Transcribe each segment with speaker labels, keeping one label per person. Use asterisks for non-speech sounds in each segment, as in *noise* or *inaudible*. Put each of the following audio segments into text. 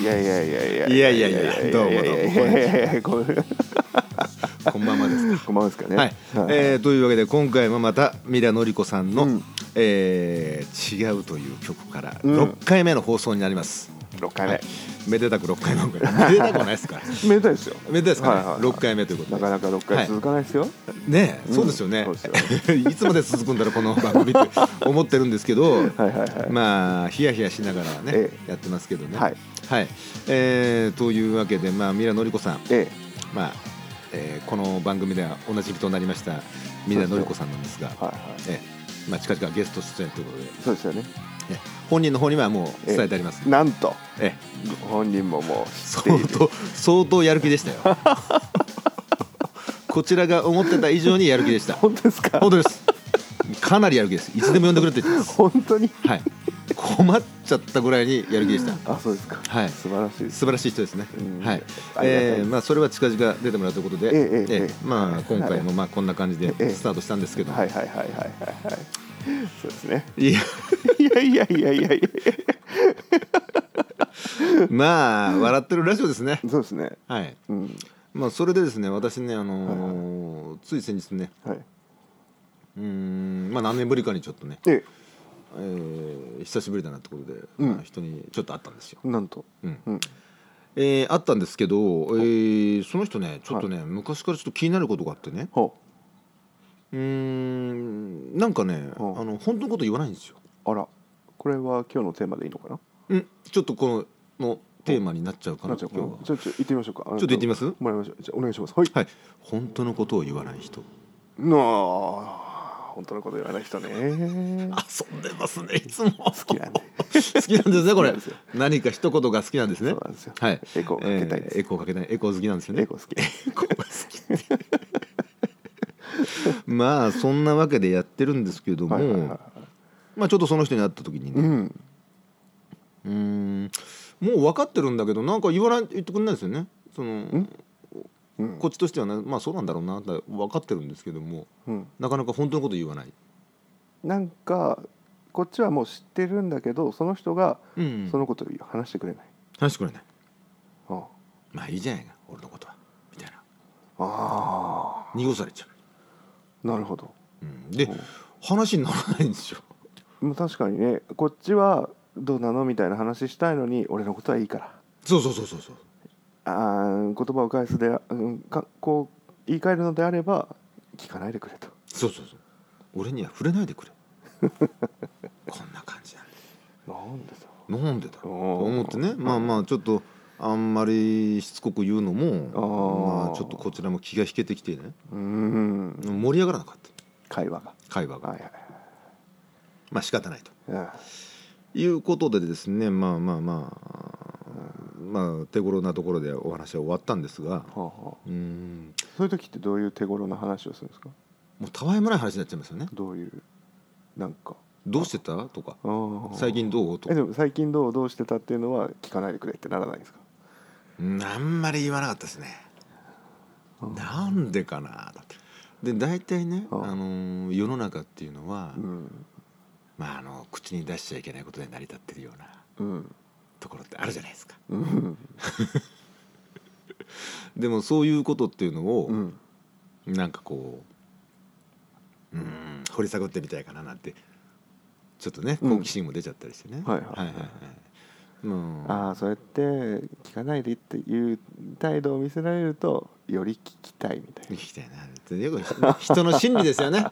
Speaker 1: いやいやいやいや
Speaker 2: いやいやいやどうもど
Speaker 1: ど
Speaker 2: うも
Speaker 1: うも
Speaker 2: こんばんはです。
Speaker 1: こんばんはですかね
Speaker 2: はい、えーというわけで今回もまたミラノリコさんの、
Speaker 1: うん
Speaker 2: えー違う」という曲から
Speaker 1: うん
Speaker 2: 6回目の放送になります、
Speaker 1: 六回
Speaker 2: は
Speaker 1: 目
Speaker 2: いめでたく6回目めでたくはないです
Speaker 1: *laughs*
Speaker 2: か
Speaker 1: めでたいですよ
Speaker 2: めでたいですか、ね
Speaker 1: はいはいはい
Speaker 2: 6回目ということ
Speaker 1: な
Speaker 2: で
Speaker 1: かなか6回続かないですよ、
Speaker 2: ねえ、
Speaker 1: うん
Speaker 2: そうですよね
Speaker 1: そうです。
Speaker 2: *laughs* いつまで続くんだろうこの番組って思ってるんですけど、
Speaker 1: はいはいはい
Speaker 2: まあヒヤヒヤしながらね、
Speaker 1: え
Speaker 2: やってますけどね。
Speaker 1: はい、
Speaker 2: えーというわけでまあミラノリコさん、
Speaker 1: え
Speaker 2: まあ、えーこの番組ではおなじみとなりましたミラノリコさんなんですが、
Speaker 1: えはいはい
Speaker 2: ええまあ近々ゲスト出演ということで、
Speaker 1: そうですよね
Speaker 2: ね本人の方にはもう伝えてあります。
Speaker 1: なんと
Speaker 2: ええ
Speaker 1: 本人ももう知ってい
Speaker 2: 相
Speaker 1: る
Speaker 2: 当相当やる気でしたよ。こちらが思ってた以上にやる気でした。
Speaker 1: 本当ですか
Speaker 2: 本当ですかなりやる気ですいつでも呼んでくれって言ってます
Speaker 1: 本当に
Speaker 2: はい困っちゃったぐらいにやる気でした
Speaker 1: あそうですか
Speaker 2: はい
Speaker 1: 素晴らしいです
Speaker 2: 素晴らしい人ですね
Speaker 1: うん
Speaker 2: はい
Speaker 1: ありがたいです
Speaker 2: えーまあそれは近々出てもらうということで
Speaker 1: ええええええ
Speaker 2: まあ今回もまあこんな感じで
Speaker 1: ええ
Speaker 2: スタートしたんですけど
Speaker 1: はいはいはいはいはいはいそうですね
Speaker 2: いや
Speaker 1: いやいやいやいやい
Speaker 2: まあ笑ってるラジオですね
Speaker 1: やそうですね
Speaker 2: はい
Speaker 1: うん
Speaker 2: まあそれでですね私ねあのーつい先日ね
Speaker 1: はい
Speaker 2: うーんまあ何年ぶりかにちょっとね
Speaker 1: え
Speaker 2: えー久しぶりだなってことで
Speaker 1: うん
Speaker 2: まあ人にちょっと会ったんですよ
Speaker 1: えなんと
Speaker 2: うん
Speaker 1: うん
Speaker 2: えーあったんですけど、えーその人ねちょっとね、昔からちょっと気になることがあってね
Speaker 1: ほ
Speaker 2: うーんなんかね、
Speaker 1: うん
Speaker 2: あの本当のこと言わないんですよ。
Speaker 1: うあらこれは今日のテーマでいいのかな
Speaker 2: うんちょっとこののテーマになっちゃうか
Speaker 1: な
Speaker 2: な
Speaker 1: っちゃ
Speaker 2: 今
Speaker 1: うかな
Speaker 2: 日は。
Speaker 1: じゃあちょっと行ってみましょうかちょ
Speaker 2: っと行ってみます
Speaker 1: もらいましょうじゃあお願いしますはい
Speaker 2: はい本当のことを言わない人
Speaker 1: なあ本当のこと言わない人ね
Speaker 2: 遊んでますねいつも
Speaker 1: 好
Speaker 2: 好
Speaker 1: きなんで
Speaker 2: きなんですね
Speaker 1: 好きな
Speaker 2: これ
Speaker 1: んですよ
Speaker 2: 何か一言が好きなんですね
Speaker 1: そうなんですよ
Speaker 2: はい
Speaker 1: エコーかけたいです
Speaker 2: えーエコーかけたいエコー好きなんですよ
Speaker 1: *laughs*
Speaker 2: ね
Speaker 1: エコ好き
Speaker 2: エコーが好き *laughs* まあそんなわけでやってるんですけども、
Speaker 1: はいはいはい
Speaker 2: まあちょっとその人に会った時にね、
Speaker 1: うん
Speaker 2: うーんもう分かってるんだけどなんか言わない言ってくれないですよねその
Speaker 1: うん
Speaker 2: こっちとしてはねまあそうなんだろうなと分かってるんですけども
Speaker 1: うん
Speaker 2: なかなか本当のこと言わない、
Speaker 1: なんかこっちはもう知ってるんだけどその人が
Speaker 2: うんうん
Speaker 1: そのことを話してくれない、
Speaker 2: 話してくれない
Speaker 1: あ
Speaker 2: まあいいじゃないか俺のことはみたいな
Speaker 1: あ
Speaker 2: 濁されちゃ
Speaker 1: なるほど
Speaker 2: う、うん、で
Speaker 1: うん
Speaker 2: 話にならないんですよ
Speaker 1: まあ確かにねこっちはどうなのみたいな話したいのに俺のことはいいから
Speaker 2: そうそうそうそうそう
Speaker 1: あー言葉を返すで、うん、かこう言い換えるのであれば聞かないでくれと
Speaker 2: そうそうそう俺には触れないで *laughs* くれこんな感じなんだ
Speaker 1: なんでだ
Speaker 2: なんでだろうと
Speaker 1: おー
Speaker 2: 思ってねまあまあちょっとあんまりしつこく言うのも
Speaker 1: あー
Speaker 2: まあちょっとこちらも気が引けてきてね
Speaker 1: うーん
Speaker 2: 盛り上がらなかった
Speaker 1: 会話が
Speaker 2: 会話が、
Speaker 1: はいはい
Speaker 2: まあ仕方ないと
Speaker 1: あ
Speaker 2: いうことでですねまあまあまあまあ手頃なところでお話は終わったんですが
Speaker 1: あ、はあはあ
Speaker 2: うーん
Speaker 1: そういう時ってどういう手頃な話をするんですか
Speaker 2: もうたわいもない話になっちゃいますよね
Speaker 1: どういうなんか
Speaker 2: どうしてたとか
Speaker 1: あー
Speaker 2: 最近どうと
Speaker 1: え
Speaker 2: か
Speaker 1: でも最近どうどうしてたっていうのは聞かないでくれってならないんですか
Speaker 2: うんあんまり言わなかったですね
Speaker 1: うん
Speaker 2: なんでかなだってで大体ね、あ
Speaker 1: うん
Speaker 2: のー世の中っていうのは、
Speaker 1: うん
Speaker 2: まあ、あの口に出しちゃいけないことで成り立ってるような
Speaker 1: うん
Speaker 2: ところってあるじゃないですか
Speaker 1: うん
Speaker 2: でもそういうことっていうのを、
Speaker 1: うん
Speaker 2: なんかこううん掘り下げてみたいかななんてちょっとね
Speaker 1: うん
Speaker 2: 好奇心も出ちゃったりしてね、
Speaker 1: はいはいはい
Speaker 2: はいいもう
Speaker 1: ああそうやって聞かないでっていう態度を見せられるとより聞きたいみたい
Speaker 2: 聞きたいなってよく人の心理です *laughs* よね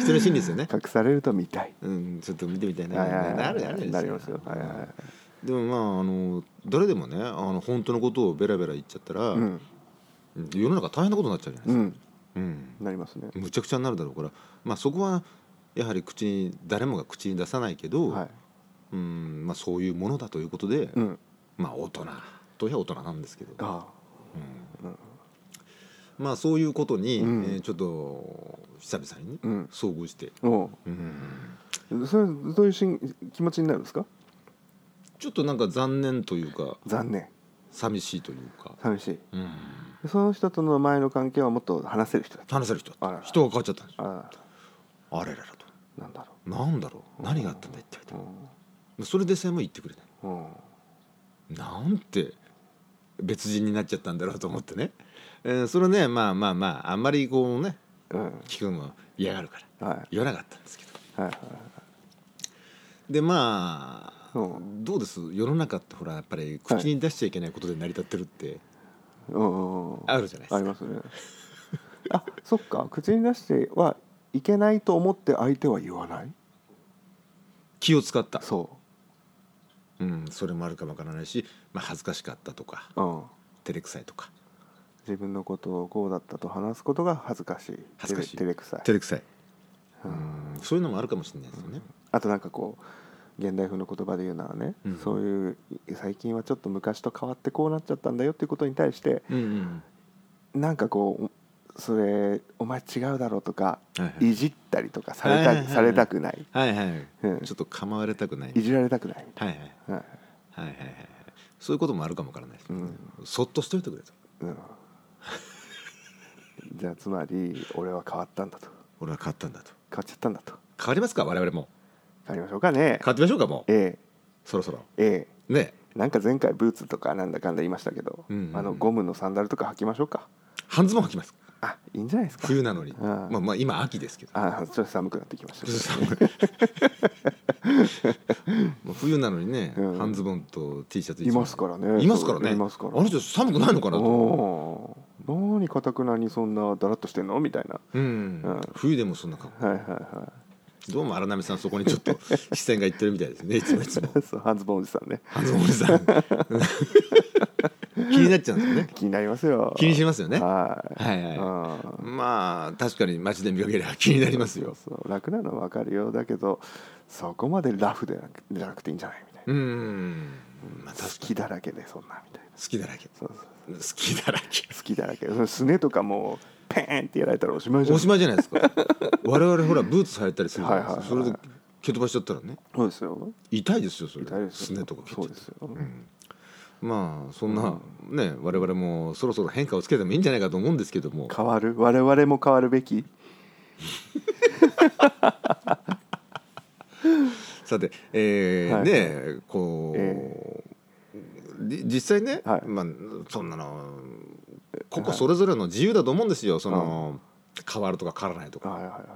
Speaker 2: 人の心理ですよね
Speaker 1: な隠されると見たい
Speaker 2: うんちょっと見てみたいな
Speaker 1: はいはいはい
Speaker 2: なるなる
Speaker 1: なりますよはいはいはい
Speaker 2: でもまああの誰でもねあの本当のことをベラベラ言っちゃったら、
Speaker 1: うん
Speaker 2: 世の中大変なことになっちゃうじゃないうですか、
Speaker 1: ん
Speaker 2: うん
Speaker 1: なりますね
Speaker 2: むちゃくちゃになるだろうから、まあ、そこはやはり口に誰もが口に出さないけど、
Speaker 1: はい
Speaker 2: うんまあ、そういうものだということで、
Speaker 1: うん
Speaker 2: まあ大人といえば大人なんですけど、
Speaker 1: あ
Speaker 2: うんまあそういうことに、
Speaker 1: うん
Speaker 2: えーちょっと久々にね
Speaker 1: あうん
Speaker 2: 遭遇して、
Speaker 1: おう
Speaker 2: うん
Speaker 1: それどういうしん気持ちになるんですか
Speaker 2: ちょっとなんか残念というか
Speaker 1: 残念
Speaker 2: 寂しいというか、
Speaker 1: 寂しい
Speaker 2: うん、
Speaker 1: でその人との前の関係はもっと話せる人だった
Speaker 2: 話せる人
Speaker 1: あらら
Speaker 2: 人が変わっちゃったんですよ
Speaker 1: あ
Speaker 2: あれれらと
Speaker 1: あなんだろ
Speaker 2: なんだろう何があったんだ一体
Speaker 1: う
Speaker 2: とそれでさえも言ってくれない
Speaker 1: うん、うん、
Speaker 2: なんて別人になっちゃったんだろうと思ってね、えーそれねまあまあまああんまりこうね
Speaker 1: うん
Speaker 2: 聞くのは嫌がるから
Speaker 1: はい
Speaker 2: 言わなかったんですけど
Speaker 1: はいはい
Speaker 2: でまあ、
Speaker 1: う
Speaker 2: どうです世の中ってほらやっぱり口に出しちゃいけないことで成り立ってるって
Speaker 1: うんうんうん
Speaker 2: あるじゃないですか、
Speaker 1: ありますねあそっか口に出してはいけないと思って相手は言わない
Speaker 2: 気を使った
Speaker 1: そ
Speaker 2: うん、それもあるかもわからないし、まあ、恥ずかしかったとか
Speaker 1: う、うん、
Speaker 2: 照れくさいとか
Speaker 1: 自分のことをこうだったと話すことが恥ずかしい
Speaker 2: 恥ずかしい
Speaker 1: 照れくさい
Speaker 2: 照れくさい、う
Speaker 1: うん
Speaker 2: ん、そういうのもあるかもしれないですよね、
Speaker 1: あとなんかこう現代風の言葉で言うならね、
Speaker 2: うん
Speaker 1: そういう最近はちょっと昔と変わってこうなっちゃったんだよっていうことに対して
Speaker 2: うんうん
Speaker 1: なんかこうそれお前違うだろうとか
Speaker 2: はいはい
Speaker 1: いじったりとかされた,、
Speaker 2: はいはいはい
Speaker 1: されたくない、
Speaker 2: はいはい、
Speaker 1: うん
Speaker 2: ちょっと構われたくない
Speaker 1: いじられたくないみたい
Speaker 2: はいはい
Speaker 1: な、はい
Speaker 2: はいはいはいはいそういうこともあるかもわからないです、ねそっとしといてくれと
Speaker 1: うん、 *laughs* じゃあつまり俺は変わったんだと
Speaker 2: 俺は変わったんだと
Speaker 1: 変わっちゃったんだと
Speaker 2: 変わりますか我々も
Speaker 1: 変わりましょうかね
Speaker 2: 変わってみましょうかもう
Speaker 1: え
Speaker 2: そろそろ
Speaker 1: ええ
Speaker 2: ね
Speaker 1: えなんか前回ブーツとかなんだかんだ言いましたけど、
Speaker 2: うんうんうん
Speaker 1: あのゴムのサンダルとか履きましょうか
Speaker 2: 半ズボン履きます
Speaker 1: あいいんじゃないですか
Speaker 2: 冬なのに
Speaker 1: ん
Speaker 2: まあまあ今秋ですけど
Speaker 1: あちょっと寒くなってきました、
Speaker 2: 寒い *laughs* もう冬なのにね、
Speaker 1: うん
Speaker 2: 半ズボンと T シャツ
Speaker 1: い
Speaker 2: 一枚
Speaker 1: ますからね
Speaker 2: いますからね
Speaker 1: いますから
Speaker 2: あの人寒くないのかなと、
Speaker 1: おー何かたくなにそんなだらっとしてんのみたいな
Speaker 2: うん
Speaker 1: うん
Speaker 2: 冬でもそんな格
Speaker 1: はいはいは
Speaker 2: 好どうも荒波さんそこにちょ
Speaker 1: *laughs*
Speaker 2: っと視線がいってるみたいですねいつもいつも
Speaker 1: いそう半ズボンおじさんね
Speaker 2: 半ズボンおじ
Speaker 1: *laughs*
Speaker 2: さん *laughs* 気になっちゃうんですよね
Speaker 1: 気になりますよ
Speaker 2: 気にしますよねは
Speaker 1: はい
Speaker 2: いはい
Speaker 1: あ
Speaker 2: まあ確かに街で見かければ気になりますよ
Speaker 1: そうそう楽なのは分かるよだけどそこまでラフでなくじゃなくていいんじゃないみたいな、
Speaker 2: うんまあ
Speaker 1: 好
Speaker 2: 確かに
Speaker 1: きだらけでそんなみたいな
Speaker 2: 好きだらけ
Speaker 1: そうそう
Speaker 2: 好きだら *laughs* け
Speaker 1: 好きだらけそのすねとかもうペーンってやられたらおしまいじゃん
Speaker 2: おしまいじゃない
Speaker 1: *laughs*
Speaker 2: ですか我々ほらブーツ履いたりするじゃないですか
Speaker 1: はい
Speaker 2: そ
Speaker 1: はいは
Speaker 2: れ
Speaker 1: い
Speaker 2: で蹴飛ばしちゃったらね
Speaker 1: そうですよ
Speaker 2: 痛いですよそれ
Speaker 1: 痛いですよ
Speaker 2: すねとか蹴っち
Speaker 1: そ
Speaker 2: ゃっ
Speaker 1: う
Speaker 2: た
Speaker 1: ですよ、
Speaker 2: らうんまあそんなね我々もそろそろ変化をつけてもいいんじゃないかと思うんですけども
Speaker 1: 変わる我々も変わるべき
Speaker 2: さてえ
Speaker 1: は
Speaker 2: ー
Speaker 1: い
Speaker 2: ねこうり実際ね
Speaker 1: はい
Speaker 2: まあそんなの個々それぞれの自由だと思うんですよその変わるとか変わらないとか
Speaker 1: はいはいはい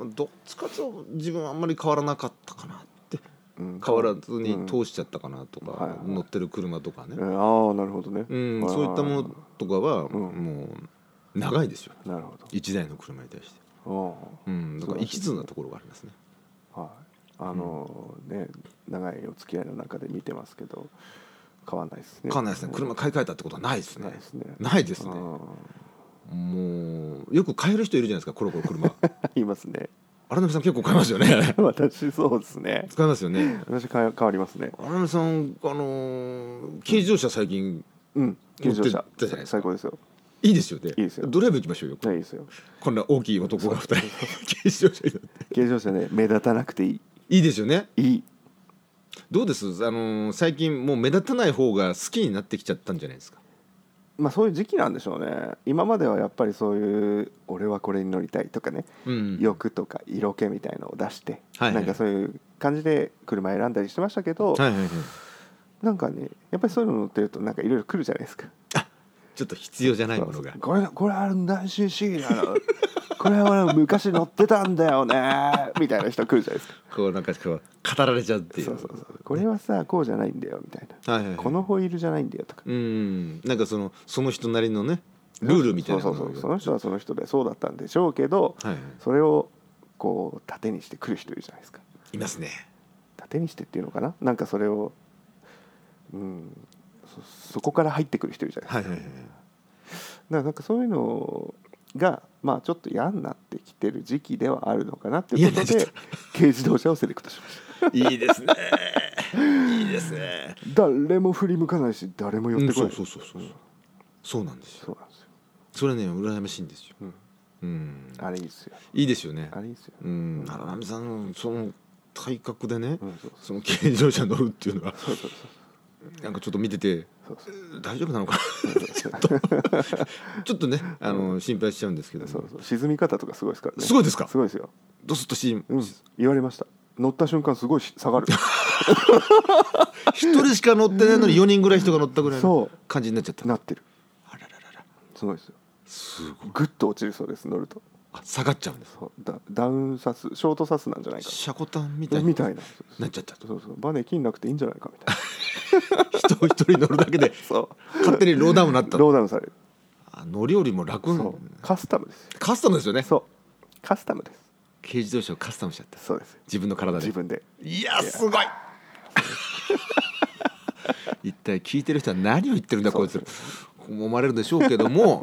Speaker 2: まあどっちかというと自分はあんまり変わらなかったかなって
Speaker 1: うん
Speaker 2: 変わらずに通しちゃったかなと
Speaker 1: はい
Speaker 2: か
Speaker 1: はい
Speaker 2: 乗ってる車とかね
Speaker 1: うんああなるほどね、
Speaker 2: うん、
Speaker 1: はい
Speaker 2: そういったものとかは
Speaker 1: うん
Speaker 2: もう長いですよ
Speaker 1: なるほど
Speaker 2: 一台の車に対して、
Speaker 1: お
Speaker 2: うん、だから
Speaker 1: そうですね
Speaker 2: 一途なところがありますね
Speaker 1: ーはいあのーね長いお付き合いの中で見てますけど変わんないですね
Speaker 2: 変わんないですね車買い替えたってことはないですね
Speaker 1: ないですね
Speaker 2: ないですね
Speaker 1: うん
Speaker 2: もうよく買える人いるじゃないですかコロコロ
Speaker 1: *laughs*
Speaker 2: 車
Speaker 1: いますね
Speaker 2: 荒波さん結構買いますよね
Speaker 1: 私そうですね
Speaker 2: 使いますよね
Speaker 1: 私変わ変わりますね
Speaker 2: 荒波さんあのー軽自動車最近
Speaker 1: うん軽乗
Speaker 2: 乗
Speaker 1: 車
Speaker 2: ってたじゃないですか
Speaker 1: 最高ですよ
Speaker 2: いいですよね
Speaker 1: いいですよ
Speaker 2: ドライブ行きましょうよ
Speaker 1: ないですよ
Speaker 2: こんな大きい男が2人軽自動車に乗って
Speaker 1: 軽乗車ね目立たなくていい
Speaker 2: いいですよね
Speaker 1: いい
Speaker 2: どうですあのー最近もう目立たない方が好きになってきちゃったんじゃないですか
Speaker 1: まあそういう時期なんでしょうね今まではやっぱりそういう俺はこれに乗りたいとかね、
Speaker 2: うん
Speaker 1: 欲とか色気みたいのを出して、
Speaker 2: はいはい
Speaker 1: なんかそういう感じで車選んだりしてましたけど、
Speaker 2: はいはいはい
Speaker 1: なんかねやっぱりそういうの乗ってるとなんかいろいろ来るじゃないですか、
Speaker 2: ちょっと必要じゃないものが
Speaker 1: これこれあれ 9cc なのこれは昔乗ってたんだよね
Speaker 2: *laughs*
Speaker 1: みたいな人来るじゃないですか
Speaker 2: こうなんかこう語られちゃうっていう
Speaker 1: そうそうそうこれはさこうじゃないんだよみたいな、
Speaker 2: はいはいはい
Speaker 1: このホイールじゃないんだよとか
Speaker 2: うんなんかそのその人なりのねルールみたいな
Speaker 1: そう
Speaker 2: の
Speaker 1: そうそうそ
Speaker 2: が
Speaker 1: の人はその人でそうだったんでしょうけど、
Speaker 2: はいはい
Speaker 1: それをこう盾にしてくる人いるじゃないですか
Speaker 2: いますね
Speaker 1: 盾にしてっていうのかななんかそれをうんそそこから入ってくる人いるじゃないですか,、
Speaker 2: はいはいはい
Speaker 1: だからなんかそういうのがまあちょっと嫌になってきてる時期ではあるのかなっていうこと
Speaker 2: 嫌にな
Speaker 1: で
Speaker 2: っち
Speaker 1: 軽自動車をセレクトしました
Speaker 2: いいですねいいですね
Speaker 1: 誰も振り向かないし誰も寄ってこ
Speaker 2: そ
Speaker 1: な
Speaker 2: う
Speaker 1: い、
Speaker 2: そうそうそうそうなんですよ
Speaker 1: そうなんですよ、
Speaker 2: それね羨ましいんですよ
Speaker 1: うん
Speaker 2: うん
Speaker 1: あれいいですよ
Speaker 2: いいですよね
Speaker 1: あれいいですよ
Speaker 2: うん荒波さんのその体格でね、
Speaker 1: うんそう
Speaker 2: その軽自動車乗るっていうのは
Speaker 1: そうそう
Speaker 2: なんかちょっと見てて
Speaker 1: そうそう
Speaker 2: 大丈夫なのかなちょっと *laughs* ちょっとねあの心配しちゃうんですけども
Speaker 1: そうそう沈み方とかすごいですからね
Speaker 2: すごいですか
Speaker 1: すごいですよ、
Speaker 2: ドスッとし
Speaker 1: うん、言われました乗った瞬間すごいし下
Speaker 2: *laughs*
Speaker 1: がる
Speaker 2: 一人しか乗ってないのに4人ぐらい人が乗ったぐらいの
Speaker 1: そう
Speaker 2: 感じになっちゃった
Speaker 1: なってる
Speaker 2: あらららら
Speaker 1: すごいですよ
Speaker 2: すごい
Speaker 1: グッと落ちるそうです乗ると
Speaker 2: あ下がっちゃうんです
Speaker 1: そうダダウンサスショートサスなんじゃないか
Speaker 2: シャコタンみたいに
Speaker 1: みたいな
Speaker 2: なっちゃったと
Speaker 1: そうそうバネ切んなくていいんじゃないかみたいな
Speaker 2: *laughs* 人一人乗るだけで
Speaker 1: そ
Speaker 2: 勝手にローダウンになった
Speaker 1: うローダウンされる、
Speaker 2: あ乗り降りも楽
Speaker 1: そうカスタムですよ
Speaker 2: カスタムですよね
Speaker 1: そうカスタムです
Speaker 2: 軽自動車をカスタムしちゃった
Speaker 1: そうですよ
Speaker 2: 自分の体で
Speaker 1: 自分で
Speaker 2: いやすごい一体聞いてる人は何を言ってるんだこいつ思われるでしょうけど
Speaker 1: *laughs*
Speaker 2: も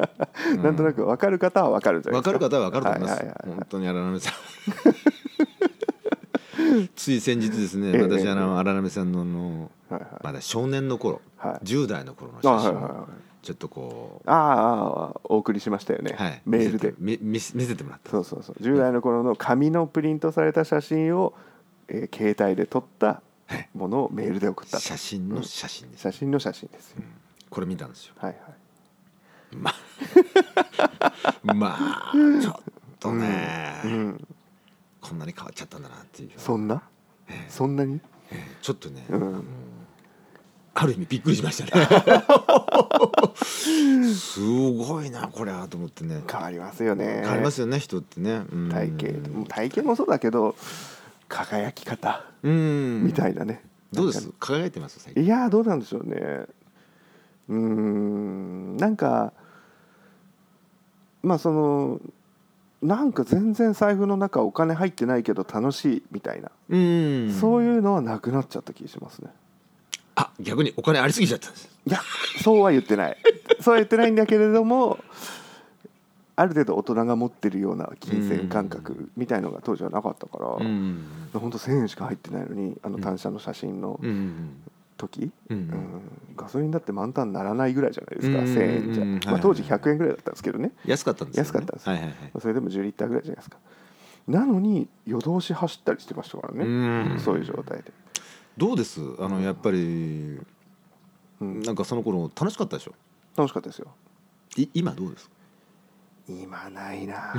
Speaker 1: なんとなく分かる方は分かるんじゃない
Speaker 2: 分
Speaker 1: です
Speaker 2: か
Speaker 1: か
Speaker 2: る方は分かると思います、
Speaker 1: はいはいはい
Speaker 2: 本当に荒
Speaker 1: *laughs*
Speaker 2: 波さんつい先日ですね、
Speaker 1: ええ
Speaker 2: 私あ
Speaker 1: え
Speaker 2: の荒波さんのあの
Speaker 1: はいはい
Speaker 2: まだ少年の頃、
Speaker 1: はい
Speaker 2: 10代の頃の
Speaker 1: あ
Speaker 2: 写
Speaker 1: はい
Speaker 2: 真
Speaker 1: はいはい
Speaker 2: をちょっとこう、
Speaker 1: ああああお送りしましたよね、
Speaker 2: はい、
Speaker 1: メールで
Speaker 2: 見せてみ見せ見せてもらった
Speaker 1: そうそうそう10代の頃の紙のプリントされた写真を、えー携帯で撮ったものをメールで送ったと
Speaker 2: 写真の写真です、
Speaker 1: 写真の写真ですよ、
Speaker 2: これ見たんですよ
Speaker 1: はいはい
Speaker 2: まあまあちょっとね、
Speaker 1: うん、
Speaker 2: こんなに変わっちゃったんだなっていう
Speaker 1: そんな、そんなに
Speaker 2: ちょっとね、
Speaker 1: ん
Speaker 2: あのある意味びっくりし
Speaker 1: *laughs*
Speaker 2: ましたねすごいなこれはと思ってね
Speaker 1: 変わりますよね
Speaker 2: 変わりますよね人ってねうん
Speaker 1: 体型もう体型もそうだけど輝き方
Speaker 2: うん
Speaker 1: みたいなね、
Speaker 2: どうで
Speaker 1: な
Speaker 2: す
Speaker 1: んか
Speaker 2: 輝いてます最近
Speaker 1: いやーどうなんでしょうねうーんなんかまあそのなんか全然財布の中お金入ってないけど楽しいみたいな、
Speaker 2: うん
Speaker 1: そういうのはなくなっちゃった気がしますね
Speaker 2: あ逆にお金ありすぎちゃったんです
Speaker 1: いやそうは言ってないそうは言ってないんだけれどもある程度大人が持ってるような金銭感覚みたいのが当時はなかったから、
Speaker 2: うん
Speaker 1: ほんと1,000円しか入ってないのにあの単車の写真の
Speaker 2: うん
Speaker 1: 時、
Speaker 2: うんう
Speaker 1: うん
Speaker 2: ん
Speaker 1: ガソリンだって満タンならないぐらいじゃないですか、
Speaker 2: うん
Speaker 1: 1,000円じゃ、
Speaker 2: うんはいはい
Speaker 1: まあ、当時100円ぐらいだったんですけどね
Speaker 2: 安かったんですよ、ね、
Speaker 1: 安かったんですよ
Speaker 2: はいはいはい
Speaker 1: それでも10リッターぐらいじゃないですかなのに夜通し走ったりしてましたからね、
Speaker 2: うん
Speaker 1: そういう状態で
Speaker 2: どうですあのやっぱり、
Speaker 1: うん
Speaker 2: なんかその頃楽しかったでしょ
Speaker 1: 楽しかったですよ
Speaker 2: い今どうですか
Speaker 1: 今ないな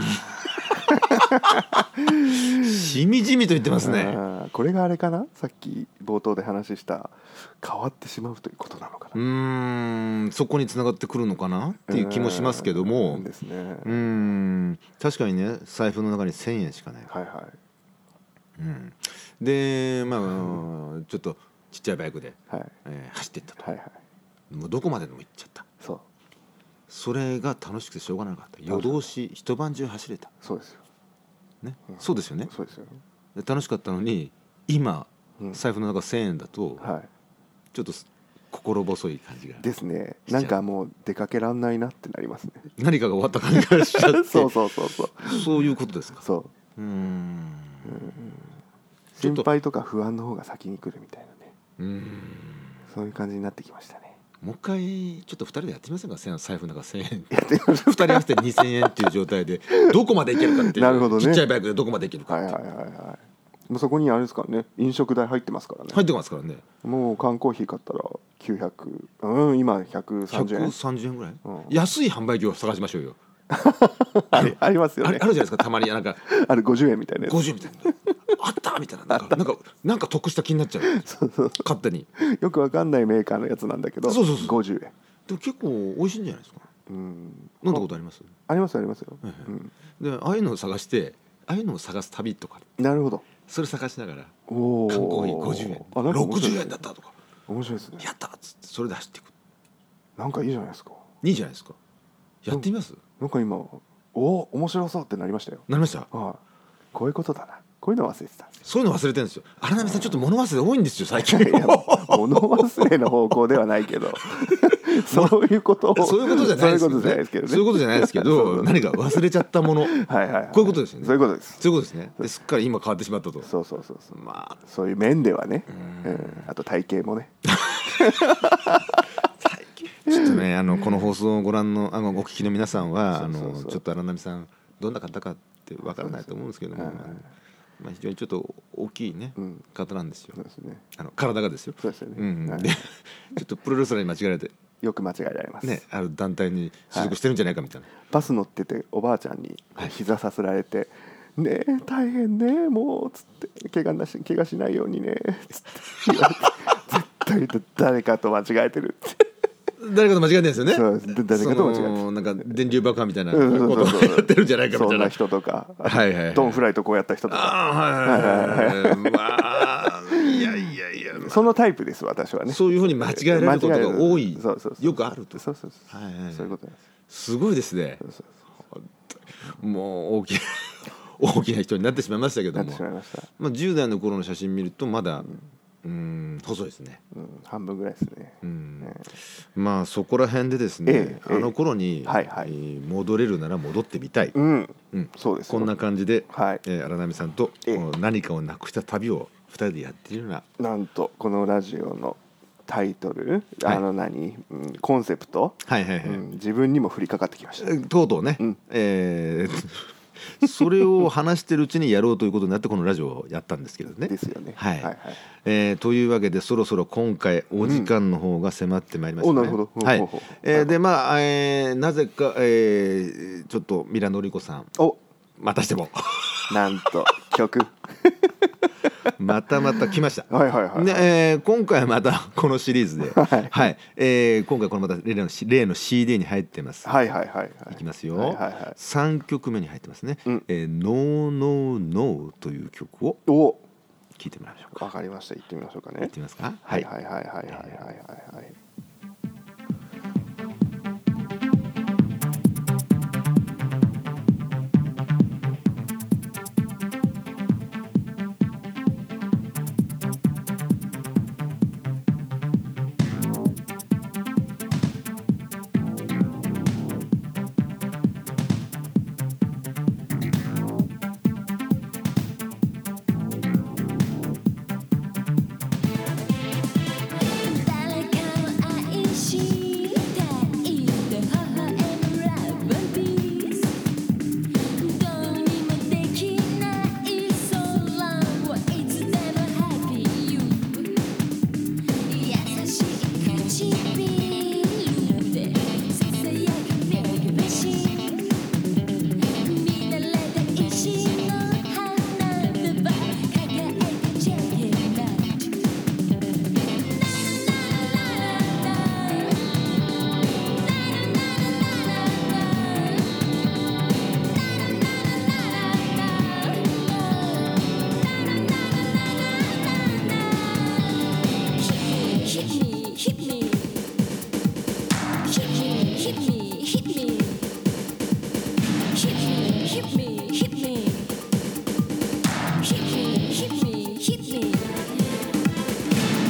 Speaker 2: しみじみと言ってます
Speaker 1: あ
Speaker 2: ね
Speaker 1: ーこれがあれかなさっき冒頭で話した変わってしまうということなのか
Speaker 2: う
Speaker 1: な、
Speaker 2: ーんそこにつながってくるのかなっていう気もしますけども
Speaker 1: うんですね、
Speaker 2: うーん確かにね財布の中に1,000円しかない、
Speaker 1: はいはい
Speaker 2: うん、でまあ、ちょっとちっちゃいバイクで、
Speaker 1: はい
Speaker 2: えー走っていったと
Speaker 1: はいはい
Speaker 2: もうどこまででも行っちゃった
Speaker 1: そう
Speaker 2: それが楽しくてしょうがなかった夜通し一晩中走れた、
Speaker 1: そうですよ
Speaker 2: ね
Speaker 1: うん
Speaker 2: そうですよね
Speaker 1: そうですよ
Speaker 2: で楽しかったのに今
Speaker 1: うん
Speaker 2: 財布の中1,000円だと
Speaker 1: はい
Speaker 2: ちょっと心細い感じが
Speaker 1: ですね
Speaker 2: しちゃ
Speaker 1: な
Speaker 2: うん
Speaker 1: かもう出かけらんないなってなりますね
Speaker 2: 何かが終わった感じがしちゃって
Speaker 1: *laughs* そうそうそうそう
Speaker 2: そういうことですか
Speaker 1: そう
Speaker 2: うーんちょ
Speaker 1: 心
Speaker 2: っと
Speaker 1: 配とか不安の方が先に来るみたいなね
Speaker 2: うーん
Speaker 1: そういう感じになってきましたね
Speaker 2: もう一回ちょっと2人でやってみませんか千財布の中1000円
Speaker 1: やってみまし
Speaker 2: 2人合わせて2000円っていう状態でどこまでいけるかっていう
Speaker 1: なるほどね
Speaker 2: ちっちゃいバイクでどこまでいけ
Speaker 1: ょ
Speaker 2: る
Speaker 1: う
Speaker 2: か
Speaker 1: はい
Speaker 2: っ
Speaker 1: はい
Speaker 2: て
Speaker 1: はいはいもうそこにあれですからね飲食代入ってますからね、
Speaker 2: 入ってますからね
Speaker 1: もう缶コーヒー買ったら900うん今130円
Speaker 2: 130円ぐらい、
Speaker 1: うん
Speaker 2: 安い販売業を探しましょうよ
Speaker 1: ありありますよ
Speaker 2: あれ
Speaker 1: ね
Speaker 2: あるじゃないですかたまになんか
Speaker 1: あれ50円みたいなやつ
Speaker 2: 50みたいなあったみたいななんかなんかなんか得した気になっちゃう勝手に
Speaker 1: *laughs* よくわかんないメーカーのやつなんだけど
Speaker 2: そうそうそう
Speaker 1: 50円
Speaker 2: でも結構美味しいんじゃないですか
Speaker 1: うん
Speaker 2: 飲んだことあります
Speaker 1: ありますよありますよ、
Speaker 2: はいはい
Speaker 1: うん、
Speaker 2: でああいうのを探してああいうのを探す旅とか
Speaker 1: なるほど
Speaker 2: それ探しながら
Speaker 1: おー
Speaker 2: 缶コーヒー50円
Speaker 1: あなんか面白い
Speaker 2: 60円だったとか
Speaker 1: 面白いですね
Speaker 2: やったっつってそれで走っていく
Speaker 1: なんかいいじゃないですか
Speaker 2: いいじゃないですかやってみます、
Speaker 1: なんか今お面白そうってなりましたよ
Speaker 2: なりました
Speaker 1: はいこういうことだなこういうの忘れてた
Speaker 2: そういうの忘れてるんですよ荒波さんちょっと物忘れ多いんですよ最近
Speaker 1: *laughs* い
Speaker 2: *laughs*
Speaker 1: や物忘れの方向ではないけどそういうことを
Speaker 2: そういうことじゃないです
Speaker 1: そう
Speaker 2: よ
Speaker 1: いうことじゃないですけどね
Speaker 2: そういうことじゃないですけ
Speaker 1: *laughs* そうそ
Speaker 2: ど
Speaker 1: う
Speaker 2: 何か忘れちゃったものこ
Speaker 1: はいはい、は
Speaker 2: ういうことですよね
Speaker 1: そういうことです
Speaker 2: ういうことですねですっかり今変わってしまったと
Speaker 1: そうそうそうそう
Speaker 2: ま
Speaker 1: そういう面ではねうんあと体型もね
Speaker 2: あちょっとねあのこの放送をご覧のあのお聞きの皆さんはあ
Speaker 1: そうそう
Speaker 2: の
Speaker 1: そう
Speaker 2: ちょっと荒波さんどんな方かってわからないと思うんですけども
Speaker 1: はいはい
Speaker 2: まあ、非常にちょっと大きいね
Speaker 1: うん
Speaker 2: 方なんですよ
Speaker 1: そうですね
Speaker 2: あの体がですよ、
Speaker 1: そうですよね、
Speaker 2: うん
Speaker 1: はい
Speaker 2: でちょっとプロレスラーに間違えられて、
Speaker 1: よく間違えられます、
Speaker 2: ね、ある団体に所属してるんじゃないかみたいな、
Speaker 1: バス乗ってておばあちゃんに膝さすられて「ねえ大変ねもう」つって「怪我なし怪我しないようにね」つって言われて絶対誰かと間違えてるって
Speaker 2: 誰かと間違えてんですよね
Speaker 1: そうで誰かと間違えてる
Speaker 2: そのなんか電流爆破みたいなこ
Speaker 1: うんそう
Speaker 2: と
Speaker 1: そう
Speaker 2: を
Speaker 1: そう
Speaker 2: やってるんじゃないかみ
Speaker 1: そ
Speaker 2: たい
Speaker 1: ん
Speaker 2: な
Speaker 1: な人とか、
Speaker 2: はいはいはい
Speaker 1: ドンフライとこうやった人とか
Speaker 2: ああはいはいはいはいまあいやいやいや、ま
Speaker 1: そのタイプです私は
Speaker 2: あ、
Speaker 1: ね
Speaker 2: そういうふうに間違えられることが多い
Speaker 1: 間違えられるそうそうそう
Speaker 2: よくあると
Speaker 1: そうそうそう、
Speaker 2: はいはいはい
Speaker 1: そういうことなんです
Speaker 2: すごいですね
Speaker 1: そうそう
Speaker 2: もう大きな大きな人になってしまいましたけ
Speaker 1: そうな
Speaker 2: ど
Speaker 1: って
Speaker 2: も
Speaker 1: しまいました、
Speaker 2: まあ、10代の頃の写真見るとまだうん細いですね
Speaker 1: うん、半分ぐらいですね、
Speaker 2: うん
Speaker 1: え
Speaker 2: まあそこら辺でですね、
Speaker 1: ええ
Speaker 2: あの頃に、
Speaker 1: ええはいはい
Speaker 2: えー戻れるなら戻ってみたい、
Speaker 1: うん、
Speaker 2: うん
Speaker 1: そうです
Speaker 2: こんな感じで、
Speaker 1: はい
Speaker 2: えー荒波さんと、
Speaker 1: ええ
Speaker 2: この何かをなくした旅を2人でやっているような
Speaker 1: なんとこのラジオのタイトル、
Speaker 2: はい
Speaker 1: あの何、うん、コンセプト、
Speaker 2: はいはいはい、
Speaker 1: うん、自分にも降りかかってきました、
Speaker 2: えーとうとうね、
Speaker 1: うん
Speaker 2: えー *laughs* それを話してるうちにやろうということになってこのラジオをやったんですけどね。
Speaker 1: ですよね
Speaker 2: はい
Speaker 1: はいはい
Speaker 2: えーというわけでそろそろ今回お時間の方が迫ってまいりましたね。
Speaker 1: うんおなるほどほう
Speaker 2: はい
Speaker 1: ほうほう
Speaker 2: えーでまあ、えーなぜか、えーちょっとミラノリコさん
Speaker 1: お
Speaker 2: またしても *laughs*
Speaker 1: なんと曲
Speaker 2: またまた来ました。
Speaker 1: はいはいはい、
Speaker 2: ねえー今回またこのシリーズで、
Speaker 1: はい
Speaker 2: えー今回このまた例の例の CD に入ってます。
Speaker 1: はいはいはいはい
Speaker 2: いきますよ、
Speaker 1: はいはいはい
Speaker 2: 3曲目に入ってますね「
Speaker 1: うん
Speaker 2: えー、No No No」という曲を
Speaker 1: お
Speaker 2: 聴いてもらいましょうか。
Speaker 1: わかりました行ってみましょうか
Speaker 2: や
Speaker 1: ね
Speaker 2: ってみますか。
Speaker 1: はいはいはいはいはいはいはいはい
Speaker 3: 「誰かを愛していて微笑むラブピース」「どうにもできない空はいつでもハッピーユ優しい唇でささやく目がましい」「見慣れた石の花束抱えてちゃいけない」Hit me, hit me, hit me, hit me, hit me, hit me, hit me, hit me, hit me, hit me, hit me.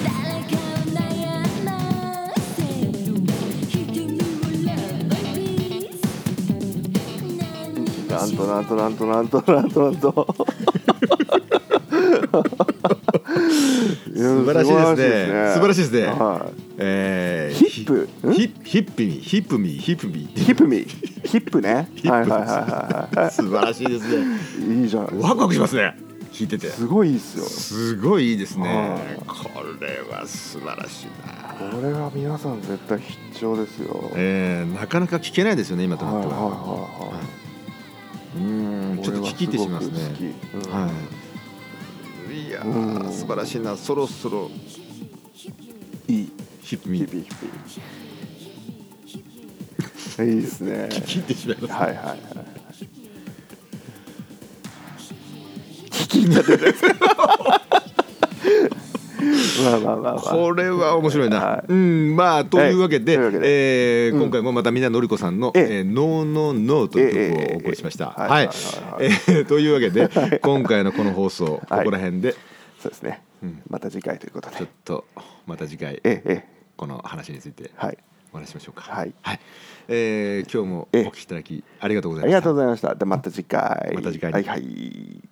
Speaker 3: 誰かを悩ませる瞳をラブピース
Speaker 1: なんとなんとなんとなんとなんとなんといや
Speaker 2: *laughs* 素晴らしいですね。素晴らしいですね。
Speaker 1: は
Speaker 2: えー
Speaker 1: ヒップん
Speaker 2: ヒップヒップミヒップミヒップミ
Speaker 1: いヒップミヒップね
Speaker 2: ヒ
Speaker 1: はい
Speaker 2: ッ
Speaker 1: はいは
Speaker 2: プ
Speaker 1: いはいは
Speaker 2: *laughs* 素晴らしいですね。
Speaker 1: いいいじゃないですか
Speaker 2: ワクワクしますね。聞いてて。
Speaker 1: すごいいいっすよ
Speaker 2: すごいいいですね
Speaker 1: は。
Speaker 2: これは素晴らしいな。
Speaker 1: これは皆さん絶対必聴ですよ
Speaker 2: えーなかなか聞けないですよね今と
Speaker 1: はいは
Speaker 2: ないっては。
Speaker 1: はいは
Speaker 2: うーん
Speaker 1: い
Speaker 2: ちょっと聞き入ってしまいますね。
Speaker 1: これはすごく好きうん
Speaker 2: はい。いやー
Speaker 1: うん
Speaker 2: 素晴らしいな。そろそろ
Speaker 1: いい
Speaker 2: ヒップ
Speaker 1: ヒ
Speaker 2: ミ
Speaker 1: ップヒップいいですね
Speaker 2: 聞き入ってしまいます。
Speaker 1: はいはいはい *laughs* まあまあまあまあ
Speaker 2: これは面白いな。
Speaker 1: はい
Speaker 2: うん、まあというわけで、
Speaker 1: はいというわけ
Speaker 2: えー今回もまたみんなのりこさんの「
Speaker 1: ええ
Speaker 2: えーノーノーノー」という曲をお送りしました。
Speaker 1: ええええ
Speaker 2: は
Speaker 1: はい
Speaker 2: い、えーという
Speaker 1: *laughs*
Speaker 2: わけで今回のこの放送、
Speaker 1: はい
Speaker 2: ここら辺で
Speaker 1: そうですね、また次回ということで
Speaker 2: ちょっとまた次回
Speaker 1: ええええ
Speaker 2: この話について
Speaker 1: はい
Speaker 2: お話ししましょうか。
Speaker 1: はい
Speaker 2: えー今日もお
Speaker 1: ええ
Speaker 2: 聞きいただきありがとうござ
Speaker 1: あ
Speaker 2: い
Speaker 1: りが
Speaker 2: ました
Speaker 1: とう。ございましたでまた次回
Speaker 2: また次回に
Speaker 1: はいはい